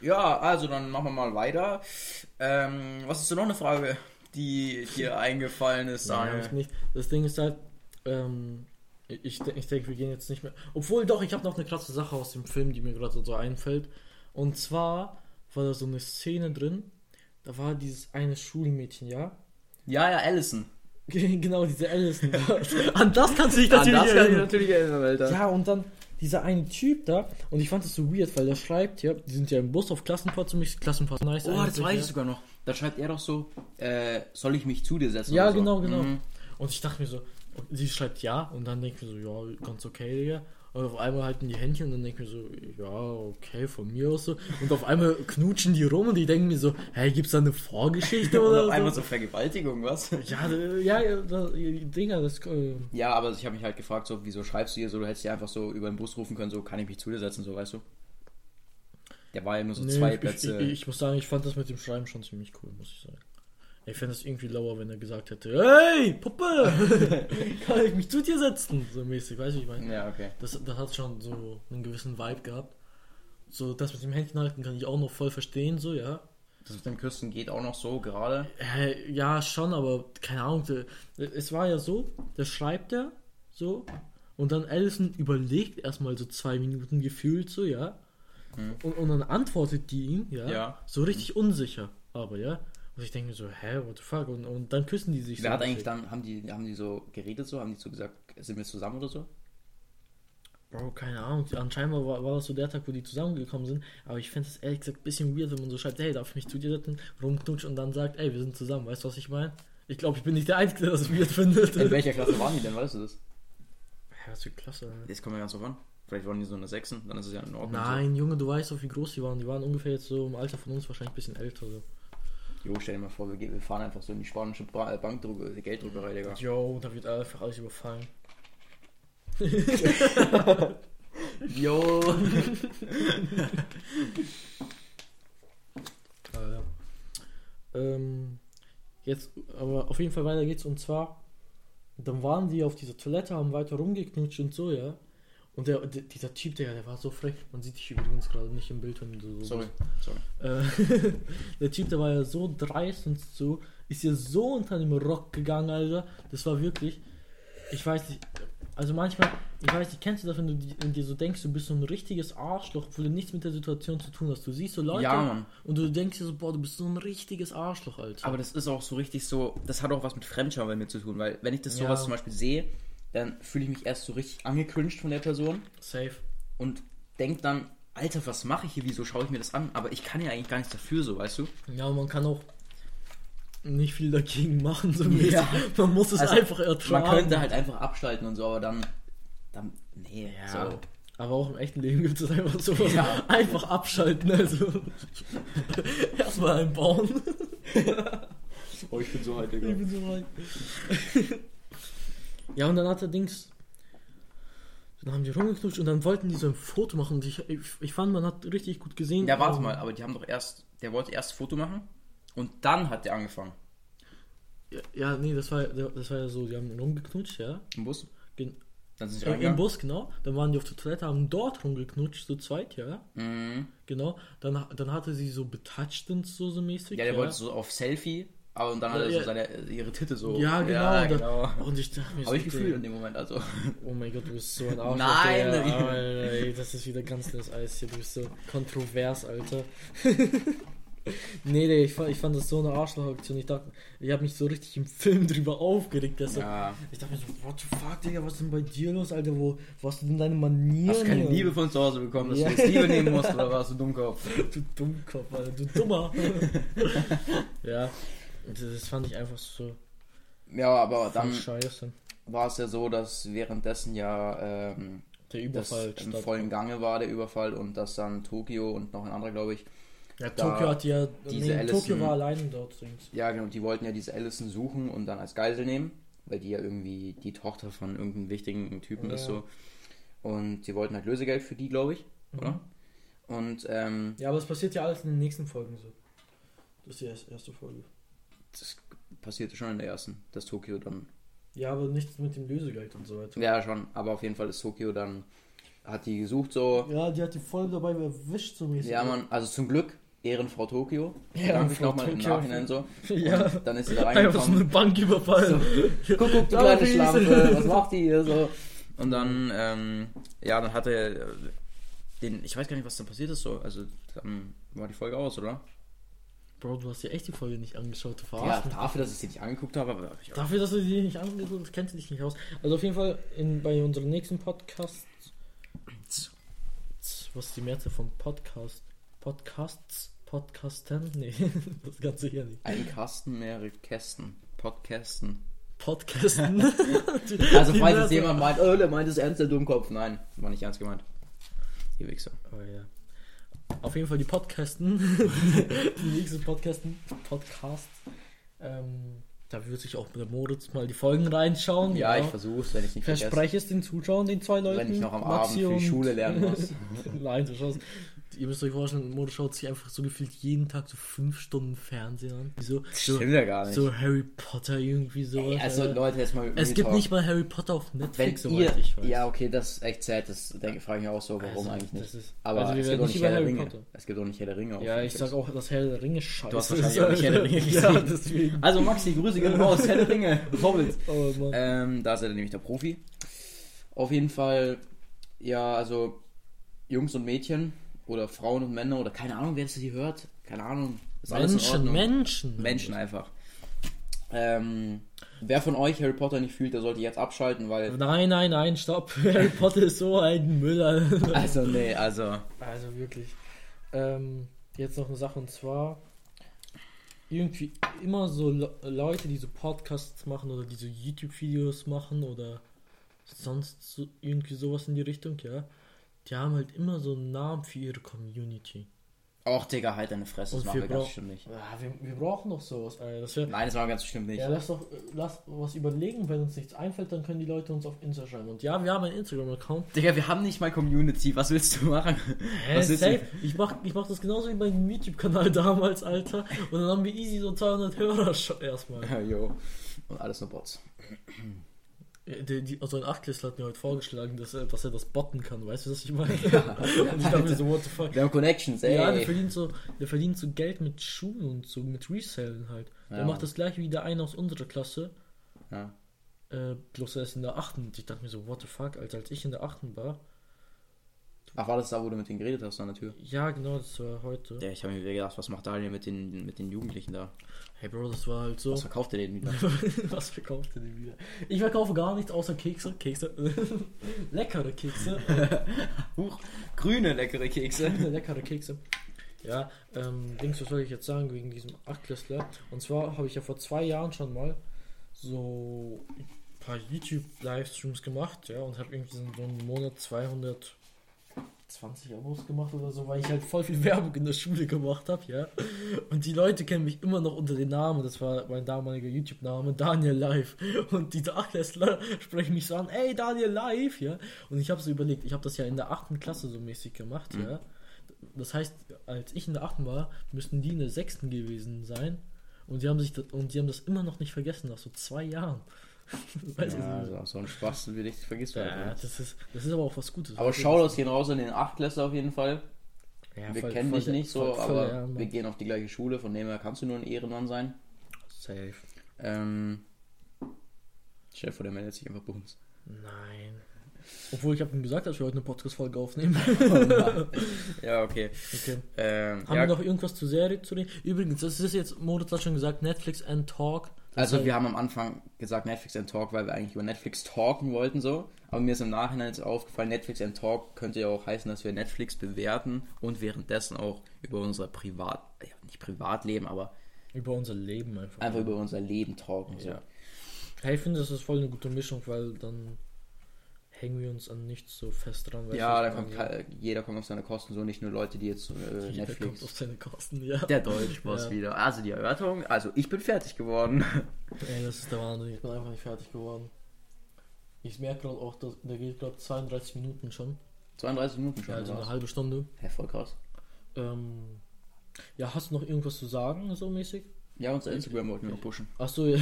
Ja, also dann machen wir mal weiter. Ähm, was ist denn noch eine Frage, die dir eingefallen ist, Nein, hab Daniel? ich nicht. Das Ding ist halt, ähm, ich, de- ich denke, wir gehen jetzt nicht mehr. Obwohl, doch, ich habe noch eine krasse Sache aus dem Film, die mir gerade so einfällt. Und zwar war da so eine Szene drin, da war dieses eine Schulmädchen, ja? Ja, ja, Allison. genau, diese Alison. An das kannst du dich natürlich An Ah, das kann ich erinnern. natürlich erinnern, Alter. Ja, und dann dieser eine Typ da, und ich fand das so weird, weil der schreibt, ja, die sind ja im Bus auf Klassenfahrt zu mich, Klassenfahrt nice. Oh, das eigentlich, weiß ja. ich sogar noch. Da schreibt er doch so, äh, soll ich mich zu dir setzen? Ja, oder so. genau, genau. Mhm. Und ich dachte mir so, und sie schreibt ja, und dann denke ich mir so, ja, ganz okay, Digga. Und auf einmal halten die Händchen und dann denke ich mir so, ja, okay, von mir aus so. Und auf einmal knutschen die rum und die denken mir so, hey, gibt's da eine Vorgeschichte Und oder auf einmal so? so Vergewaltigung, was? Ja, äh, ja, ja, da, Dinger, das, äh, Ja, aber ich habe mich halt gefragt, so, wieso schreibst du ihr so, du hättest ja einfach so über den Bus rufen können, so, kann ich mich zu dir setzen, so, weißt du? Der war ja nur so nee, zwei ich, Plätze. Ich, ich, ich muss sagen, ich fand das mit dem Schreiben schon ziemlich cool, muss ich sagen. Ich fände das irgendwie lauer, wenn er gesagt hätte, hey, Puppe, kann ich mich zu dir setzen? So mäßig, weißt du, wie ich meine. Ja, okay. Das, das hat schon so einen gewissen Vibe gehabt. So, das mit dem Händchen halten kann ich auch noch voll verstehen, so, ja. Das mit dem Küssen geht auch noch so gerade. Äh, ja, schon, aber keine Ahnung. der- Es war ja so, das schreibt er, so. Und dann Allison überlegt erstmal so zwei Minuten gefühlt, so, ja. Und, und dann antwortet die ihm, ja. Hm. Ja. So richtig unsicher, aber ja. Und ich denke mir so, hä, what the fuck? Und, und dann küssen die sich so. Wer hat eigentlich richtig. dann, haben die, haben die so geredet so, haben die so gesagt, sind wir zusammen oder so? Bro, keine Ahnung. Anscheinend war, war das so der Tag, wo die zusammengekommen sind. Aber ich finde es ehrlich gesagt ein bisschen weird, wenn man so schreibt, hey, darf ich mich zu dir setzen, rumknutscht und dann sagt, ey, wir sind zusammen. Weißt du, was ich meine? Ich glaube, ich bin nicht der Einzige, der das weird findet. In welcher Klasse waren die denn, weißt du das? Hä, was für Klasse. ne? Alter. Jetzt kommen wir ganz drauf an. Vielleicht waren die so eine Sechsen, dann ist es ja in Ordnung. Nein, Junge, du weißt doch, wie groß die waren. Die waren ungefähr jetzt so im Alter von uns wahrscheinlich ein bisschen älter. So. Jo, stell dir mal vor, wir, gehen- wir fahren einfach so in die spanische Ba- äh, Bankdrucke, die Gelddruckerei, Digga. Yo, da wird einfach alles überfallen. Jo! Ah, ja. ähm, jetzt, aber auf jeden Fall weiter geht's und zwar, dann waren die auf dieser Toilette, haben weiter rumgeknutscht und so, ja. Und der, d- dieser Typ, der, der war so frech, man sieht dich übrigens gerade nicht im Bild, wenn du so Sorry, sorry. Äh, der Typ, der war ja so dreist und so, ist ja so unter dem Rock gegangen, Alter. Das war wirklich, ich weiß nicht, also manchmal, ich weiß nicht, kennst du das, wenn du di- wenn dir so denkst, du bist so ein richtiges Arschloch, obwohl du nichts mit der Situation zu tun hast. Du siehst so Leute Ja, Mann. und du denkst dir so, boah, du bist so ein richtiges Arschloch, Alter. Aber das ist auch so richtig so, das hat auch was mit Fremdscham bei mir zu tun, weil wenn ich das Ja. sowas zum Beispiel sehe, dann fühle ich mich erst so richtig angecringed von der Person Safe. und denke dann, Alter, was mache ich hier, wieso schaue ich mir das an? Aber ich kann ja eigentlich gar nichts dafür, so, weißt du? Ja, man kann auch nicht viel dagegen machen, so mäßig. Ja. Man muss es Also, einfach ertragen. Man könnte halt einfach abschalten und so, aber dann, dann nee, Ja. so. Aber auch im echten Leben gibt es einfach sowas. Ja. Einfach abschalten, also. Erstmal einbauen. Oh, ich bin so halt, Ich bin so weit. ja, und dann hat er Dings. Dann haben die rumgeknutscht und dann wollten die so ein Foto machen. Und ich, ich, ich fand, man hat richtig gut gesehen. Ja, warte mal, aber die haben doch erst, der wollte erst ein Foto machen und dann hat der angefangen. Ja, ja, nee, das war, das war ja so, die haben rumgeknutscht, ja. Im Bus? Gen Dann sind sie Im, Im reingegangen. Bus, genau. Dann waren die auf der Toilette, haben dort rumgeknutscht, zu zweit, ja. Mhm. Genau. Dann, dann hatte sie so betatscht und so, so mäßig. Ja, der wollte so auf Selfie, aber und dann hat er so Ja. seine, äh, ihre Titte so. Ja, genau. Ja, und dann- genau. Und ich dachte mir Habe ich Digga, gefühlt in dem Moment, also. Oh mein Gott, du bist so ein Arschloch. Nein! Digga. Alter, ey, das ist wieder ganz neues Eis hier. Du bist so kontrovers, Alter. nee, Digga, ich fand, ich fand das so eine Arschloch-Aktion. Ich dachte, ich habe mich so richtig im Film drüber aufgeregt. Dass Ja. Ich dachte mir so, what the fuck, Digga, was ist denn bei dir los, Alter? Wo, wo hast du denn deine Manieren? Hast keine her? Liebe von zu Hause bekommen, dass Ja. du jetzt Liebe nehmen musst, oder warst du Dummkopf? Du Dummkopf, Alter, du Dummer. ja, das, das fand ich einfach so Ja, aber dann, Oh, dann scheiße. war es ja so, dass währenddessen ja ähm, Der das Überfall im vollen Gange war, der Überfall, und dass dann Tokio und noch ein anderer, glaube ich, Ja, da Tokio hat ja. diese nee, Tokio Allison- war allein dort. übrigens. ja genau, die wollten ja diese Allison suchen und dann als Geisel nehmen, weil die ja irgendwie die Tochter von irgendeinem wichtigen Typen ist Ja. so. Und die wollten halt Lösegeld für die, glaube ich, Mhm. oder? Und ähm, Ja, aber es passiert ja alles in den nächsten Folgen so. Das ist die erst- erste Folge. das passierte schon in der ersten, dass Tokio dann Ja, aber nichts mit dem Lösegeld und so weiter. Ja, schon, aber auf jeden Fall ist Tokio dann, hat die gesucht so. Ja, die hat die voll dabei erwischt so mäßig. Ja, man, also zum Glück, Ehrenfrau Tokio. Ja, Danke ich Frau nochmal im Tokio. Nachhinein so. Ja. Und dann ist sie da Einfach so eine reingekommen. Bank überfallen. Guck, guck, die Da kleine ist sie. Schlampe, was macht die hier so? Und dann, ähm, ja, dann hatte äh, den, ich weiß gar nicht, was dann passiert ist so. Also, dann war die Folge aus, oder? Bro, du hast dir echt die Folge nicht angeschaut, du Ja, verarschst mich. dafür, dass ich sie nicht angeguckt habe, aber ich Dafür, dass du die nicht angeguckt hast, kennst du dich nicht aus. Also auf jeden Fall in, bei unserem nächsten Podcast. Was ist die Mehrzahl von Podcast? Podcasts? Podcasten? Nee, das Ganze hier nicht. ein Kasten, mehrere Kästen, Podcasten. Podcasten. Also, Die falls jetzt Nase. jemand meint, oh, der meint es ernst, der Dummkopf. Nein, war nicht ernst gemeint. Ihr Wichser. Oh ja. Auf jeden Fall die Podcasten, die nächsten Podcasten, Podcasts. Ähm, da würde sich auch der Moritz mal die Folgen reinschauen. Ja, ich genau. versuch's, wenn ich nicht vergesse. verspreche es den Zuschauern, den zwei Leuten. Wenn ich noch am Maxi Abend für die und- Schule lernen muss. Nein, du schaust. Ihr müsst euch vorstellen, Moritz schaut sich einfach so gefühlt jeden Tag so fünf Stunden Fernsehen an. Wie So, so, Stimmt ja gar nicht. so Harry Potter irgendwie sowas. Ey, also Alter. Leute, jetzt mal es Real gibt Talk. nicht mal Harry Potter auf wenn Netflix, ihr, soweit ich weiß. Ja, okay, das ist echt sad. Das denke, frage ich mich auch so, warum Also, eigentlich nicht. das ist- Aber also wir es werden gibt auch nicht nicht über Herr der Harry Ringe. Potter. Es gibt auch nicht Herr der Ringe. auf Ja, ich Netflix. sag auch, dass Herr der Ringe scheiße Du hast wahrscheinlich auch nicht Herr der Ringe ist. gesehen. Ja, deswegen. Also Maxi, Grüße gehen raus. Herr der Ringe, Hobbit. Oh Mann. Ähm, da ist er nämlich der Profi. Auf jeden Fall, ja, also Jungs und Mädchen oder Frauen und Männer oder keine Ahnung, wer es hier hört. Keine Ahnung. Ist alles in Menschen, Ordnung. Menschen. Menschen halt. einfach. Ähm, wer von euch Harry Potter nicht fühlt, der sollte jetzt abschalten, weil. Nein, nein, nein, stopp. Harry Potter ist so ein Müll. Alter. Also, nee, also. Also wirklich. Ähm, jetzt noch eine Sache und zwar irgendwie immer so Le Leute, die so Podcasts machen oder die so YouTube-Videos machen oder sonst so irgendwie sowas in die Richtung, ja. die haben halt immer so einen Namen für ihre Community. Auch, Digga, halt deine Fresse, das Und machen wir wir ganz brauchen- bestimmt nicht. Ah, wir, wir brauchen doch sowas, Alter. Äh, Das wär, Nein, das machen wir ganz bestimmt nicht. ja, lass doch äh, lass was überlegen. Wenn uns nichts einfällt, dann können die Leute uns auf Insta schreiben. Und ja, wir haben einen Instagram-Account. Digga, wir haben nicht mal Community. Was willst du machen? Hä, Was willst du- safe. Ich mach, ich mach das genauso wie bei dem YouTube-Kanal damals, Alter. Und dann haben wir easy so 200 Hörer schon erstmal. Ja, jo. Und alles nur Bots. Ja, Die, die, also ein Achtklässler hat mir heute vorgeschlagen, dass er, dass er das botten kann. Weißt du, was ich meine? Und ich dachte mir so, what the fuck. Wir haben Connections, ey. Ja, der verdient, so, der verdient so Geld mit Schuhen und so, mit Resellen halt. Der Ja. macht das gleiche wie der eine aus unserer Klasse, Ja. äh, bloß er ist in der achten Und ich dachte mir so, what the fuck, Alter, als ich in der achten war. Ach, war das da, wo du mit denen geredet hast an der Tür? Ja, genau, das war heute. Ja, ich habe mir wieder gedacht, was macht Daniel mit den, mit den Jugendlichen da? Hey Bro, das war halt so. Was verkauft er denen wieder? Was verkauft ihr denn wieder? Ich verkaufe gar nichts außer Kekse. Kekse. leckere Kekse. Huch, grüne leckere Kekse. Äh, leckere Kekse. Ja, ähm, Dings, was soll ich jetzt sagen wegen diesem Achtklässler? Und zwar habe ich ja vor zwei Jahren schon mal so ein paar YouTube-Livestreams gemacht, ja, und habe irgendwie so in so einem Monat 220 Abos gemacht oder so, weil ich halt voll viel Werbung in der Schule gemacht habe, ja. Und die Leute kennen mich immer noch unter den Namen, das war mein damaliger YouTube-Name, Daniel Live. Und diese Achtklässler sprechen mich so an, ey, Daniel Live, ja. Und ich habe so überlegt, ich habe das ja in der achten Klasse so mäßig gemacht, Mhm. ja. Das heißt, als ich in der 8. war, müssten die in der 6. gewesen sein. Und die haben sich das, und die haben das immer noch nicht vergessen, nach so zwei Jahren. weißt Ja, du? also, so ein Spaß, den wir nicht vergisst. Ja, Ja. das ist, das ist aber auch was Gutes. Aber schau das hier raus an den Achtklässler auf jeden Fall. Ja, wir voll- kennen voll dich der- nicht so, voll- voll aber der Ehrenmann. wir gehen auf die gleiche Schule, von dem her kannst du nur ein Ehrenmann sein. Safe. Ähm. Stell dir vor, der meldet sich einfach bei uns. Nein. Obwohl ich habe ihm gesagt, dass wir heute eine Podcast-Folge aufnehmen. Ja, okay. Okay. Ähm, Haben ja, wir noch irgendwas zur Serie zu reden? Übrigens, das ist jetzt, Moritz hat schon gesagt, Netflix and Talk. Das also heißt- wir haben am Anfang gesagt Netflix and Talk, weil wir eigentlich über Netflix talken wollten so. Aber mir ist im Nachhinein jetzt aufgefallen, Netflix and Talk könnte ja auch heißen, dass wir Netflix bewerten und währenddessen auch über unser Privat, ja, nicht Privatleben, aber über unser Leben einfach. einfach über unser Leben talken. So. Ja. Hey, ich finde, das ist voll eine gute Mischung, weil dann hängen wir uns an nichts so fest dran. weißt Ja, du, da was ich kommt meine? kei- jeder kommt auf seine Kosten, so nicht nur Leute, die jetzt äh, Jeder kommt auf Netflix. seine Kosten, ja. Der Deutschboss Ja. wieder. Also die Erörterung, also ich bin fertig geworden. Ey, das ist der Wahnsinn, ich bin einfach nicht fertig geworden. Ich merke gerade auch, dass, da geht gerade 32 Minuten schon. 32 Minuten schon. Ja, also eine Ja, halbe Stunde. hey, voll krass. Ähm, ja, hast du noch irgendwas zu sagen, so mäßig? Ja, unser Instagram wollten wir noch pushen. Achso, ja.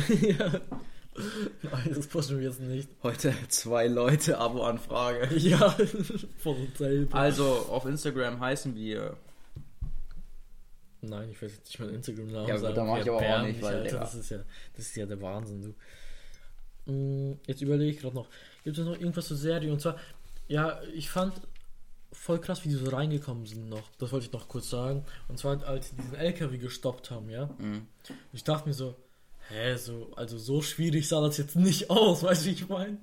Nein, das pushen wir jetzt nicht. Heute zwei Leute Abo-Anfrage. Ja, von uns selber. Also, auf Instagram heißen wir. Nein, ich weiß jetzt nicht meinen Instagram-Namen Ja, gut, da mach ich aber auch Bären, nicht, weil, Alter, Digga. das, ist ja, das ist ja der Wahnsinn, du. Mm, Jetzt überlege ich gerade noch. Gibt es noch irgendwas zur Serie? Und zwar, ja, ich fand voll krass, wie die so reingekommen sind noch. Das wollte ich noch kurz sagen. Und zwar, als sie diesen LKW gestoppt haben, ja. Mhm. Ich dachte mir so, hä, so, also so schwierig sah das jetzt nicht aus, weißt du, wie ich meine?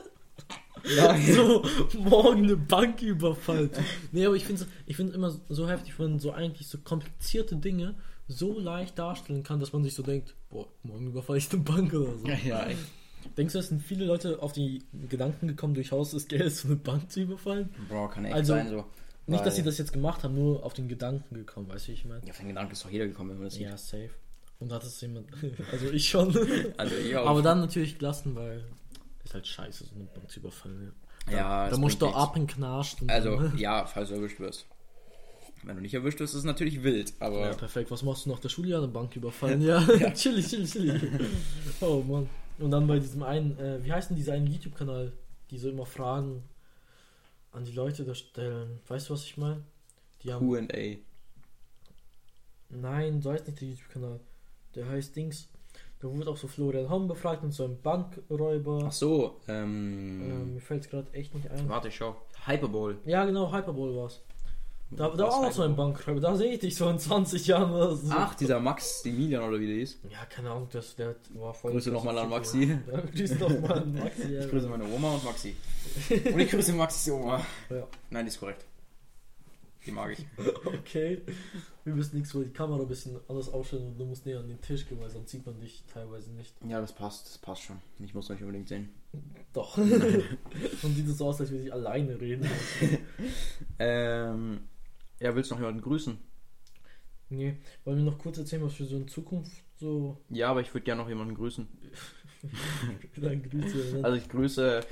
so morgen eine Banküberfall. Nee, aber ich finde ich find immer so heftig, wenn man so eigentlich so komplizierte Dinge so leicht darstellen kann, dass man sich so denkt, boah, morgen überfall ich eine Bank oder so. ja, echt. Denkst du, es sind viele Leute auf die Gedanken gekommen, durch Haus des Geldes so eine Bank zu überfallen? Bro, kann echt Also, sein so. Nicht, dass sie Weil- das jetzt gemacht haben, nur auf den Gedanken gekommen, weißt du, wie ich meine? Ja, auf den Gedanken ist doch jeder gekommen, wenn man das sieht. Ja, safe. Und hat es jemand, also ich schon. Also, ich auch. aber dann natürlich gelassen, weil ist halt scheiße, so eine Bank zu überfallen. Ja, Da es musst du bringt nichts. ab und knascht. Und Also, dann- ne? ja, falls du erwischt wirst. Wenn du nicht erwischt wirst, ist es natürlich wild, aber. Ja, perfekt. Was machst du nach der Schule? Ja, eine Bank überfallen. Ja, chillig, chillig, chillig. Oh Mann. Und dann bei diesem einen, äh, wie heißt denn dieser eine YouTube-Kanal, die so immer Fragen an die Leute da stellen? Weißt du, was ich meine? Die haben. QA. Nein, so heißt nicht der YouTube-Kanal. Der heißt Dings. Da wurde auch so Florian Homm befragt und so ein Bankräuber. Ach so, ähm. Ähm, mir fällt es gerade echt nicht ein. Warte, ich schau. Hyperbowl. Ja, genau, Hyperbole war's. Da, da Was war auch so ein Hyperbole? Bankräuber. Da sehe ich dich so in 20 Jahren oder so. Ach, dieser Maximilian oder wie der hieß. Ja, keine Ahnung, das, der hat- war voll. Grüße nochmal an Ja, Maxi. Grüße nochmal an Maxi. Ich Ja. grüße meine Oma und Maxi. Und ich grüße Maxis Oma. Ja. Nein, die ist korrekt. Die mag ich. Okay. Wir müssen nichts wo die Kamera ein bisschen anders aufstellen und du musst näher an den Tisch gehen, weil sonst sieht man dich teilweise nicht. Ja, das passt, das passt schon. Ich muss euch unbedingt sehen. Doch. und sieht es so aus, als würde ich alleine reden. Ähm, ja, willst du noch jemanden grüßen? Nee. Wollen wir noch kurz erzählen, was wir so in Zukunft so. Ja, aber ich würde gerne noch jemanden grüßen. Dann Grüße. Ne? Also ich grüße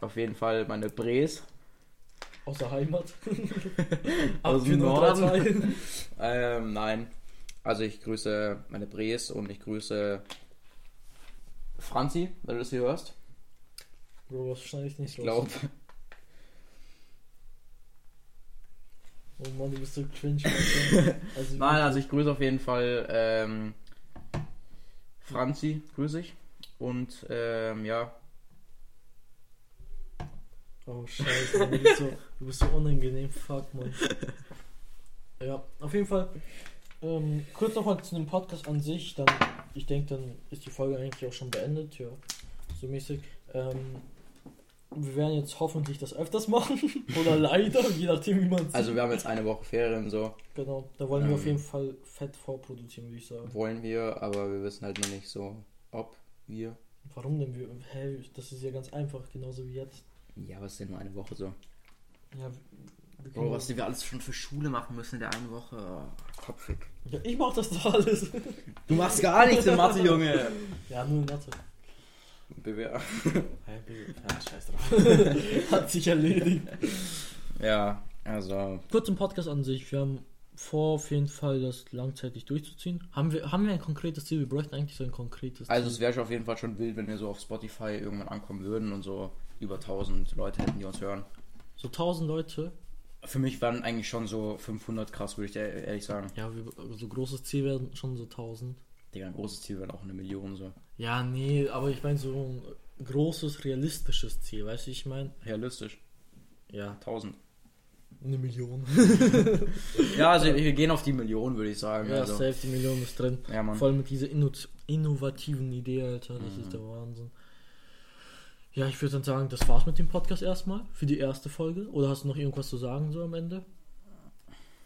auf jeden Fall meine Bres Aus der Heimat. aus in dem Norden. Nordrhein. Ähm, nein. Also ich grüße meine Bres und ich grüße Franzi, wenn du das hier hörst. Bro, was schneide ich nicht Ich glaube. Oh Mann, du bist so cringe. Alter. Also, Nein, also ich grüße auf jeden Fall ähm, Franzi, grüße ich. Und ähm, ja, Oh scheiße, du bist, so, du bist so unangenehm, fuck man. Ja, auf jeden Fall. Ähm, kurz nochmal zu dem Podcast an sich, dann, ich denke, dann ist die Folge eigentlich auch schon beendet, ja. So mäßig. Ähm, wir werden jetzt hoffentlich das öfters machen. Oder leider, je nachdem wie man also wir haben jetzt eine Woche Ferien so, Genau, da wollen wir auf Ähm. jeden Fall fett vorproduzieren, würde ich sagen. wollen wir, aber wir wissen halt noch nicht so, ob wir. Warum denn wir? Hä, das ist ja ganz einfach, genauso wie jetzt. Ja, was ist denn nur eine Woche so? Ja, wir können Bro, was wir alles schon für Schule machen müssen in der einen Woche. Oh, kopfig. ja, ich mach das doch alles. Du machst gar nichts in Mathe, Junge. ja, nur in Mathe. BWA. Ja, ah, scheiß drauf. Hat sich erledigt. Ja, also Kurz zum Podcast an sich. Wir haben vor, auf jeden Fall das langzeitig durchzuziehen. Haben wir, haben wir ein konkretes Ziel? Wir bräuchten eigentlich so ein konkretes Also es Ziel. wäre auf jeden Fall schon wild, wenn wir so auf Spotify irgendwann ankommen würden und so über 1000 Leute hätten, die uns hören. So 1000 Leute. Für mich waren eigentlich schon so 500 krass, würde ich dir ehrlich sagen. Ja, wir, so großes Ziel werden schon so 1000. Digga, ein großes Ziel wäre auch eine Million so. Ja, nee, aber ich meine so ein großes, realistisches Ziel. Weißt du, ich meine, Realistisch, ja, 1000. eine Million. Ja, also wir gehen auf die Million, würde ich sagen. ja, Ja, also, safe, die Million ist drin. ja Mann. Vor allem mit dieser inno innovativen Idee, Alter. Das ist der Wahnsinn. Ja, ich würde dann sagen, das war's mit dem Podcast erstmal für die erste Folge. Oder hast du noch irgendwas zu sagen so am Ende?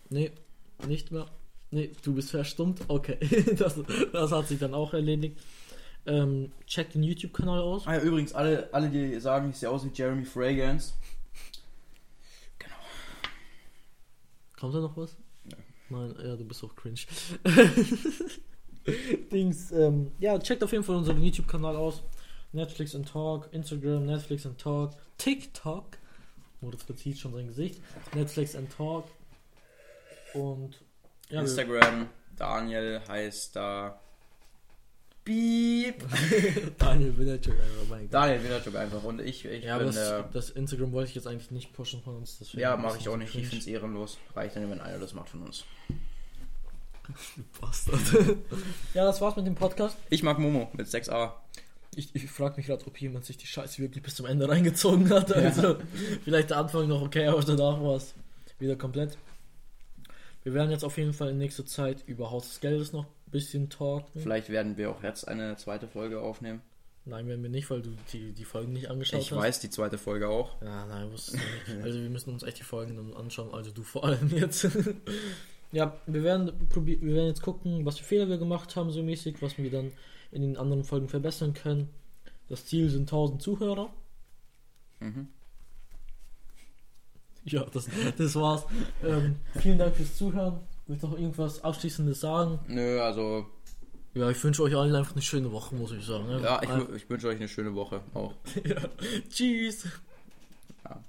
Nee, nicht mehr. Nee, du bist verstummt. Okay, das, das hat sich dann auch erledigt. Ähm, check den YouTube-Kanal aus. Ah ja, übrigens, alle, alle, die sagen, ich sehe aus wie Jeremy Fragrance. Kommt da noch was? Nein. Nein, ja, du bist auch cringe. Dings, ähm, ja, checkt auf jeden Fall unseren YouTube-Kanal aus. Netflix and Talk, Instagram, Netflix and Talk, TikTok. Moritz verzieht schon sein Gesicht. Netflix and Talk. Und ja, wir- Instagram, Daniel heißt da... Beep. Daniel Villager, oh mein Gott. Daniel Wintertrup einfach und ich, ich Ja, aber bin... das, äh, das Instagram wollte ich jetzt eigentlich nicht pushen von uns. deswegen ja, ist mache das ich auch so nicht. Ich cringe. finde es ehrenlos. Reicht dann, wenn einer das macht von uns. Bastard. ja, das war's mit dem Podcast. Ich mag Momo mit 6a. Ich, ich frage mich gerade, ob jemand sich die Scheiße wirklich bis zum Ende reingezogen hat. Also, vielleicht der Anfang noch okay, aber danach war es wieder komplett. Wir werden jetzt auf jeden Fall in nächster Zeit über Haus des Geldes noch ein bisschen talken. Vielleicht werden wir auch jetzt eine zweite Folge aufnehmen. Nein, werden wir nicht, weil du die, die Folgen nicht angeschaut ich hast. weiß die zweite Folge auch. Ja, nein, wusste ich nicht. Also wir müssen uns echt die Folgen dann anschauen, also du vor allem jetzt. ja, wir werden probier wir werden jetzt gucken, was für Fehler wir gemacht haben, so mäßig, was wir dann in den anderen Folgen verbessern können. Das Ziel sind 1000 Zuhörer. Mhm. Ja, das, das war's. Ähm, vielen Dank fürs Zuhören. Willst du noch irgendwas Abschließendes sagen? Nö, also, Ja, ich wünsche euch allen einfach eine schöne Woche, muss ich sagen. ne? Äh, ja, ich, wü- ich wünsche euch eine schöne Woche auch. Tschüss. Ja.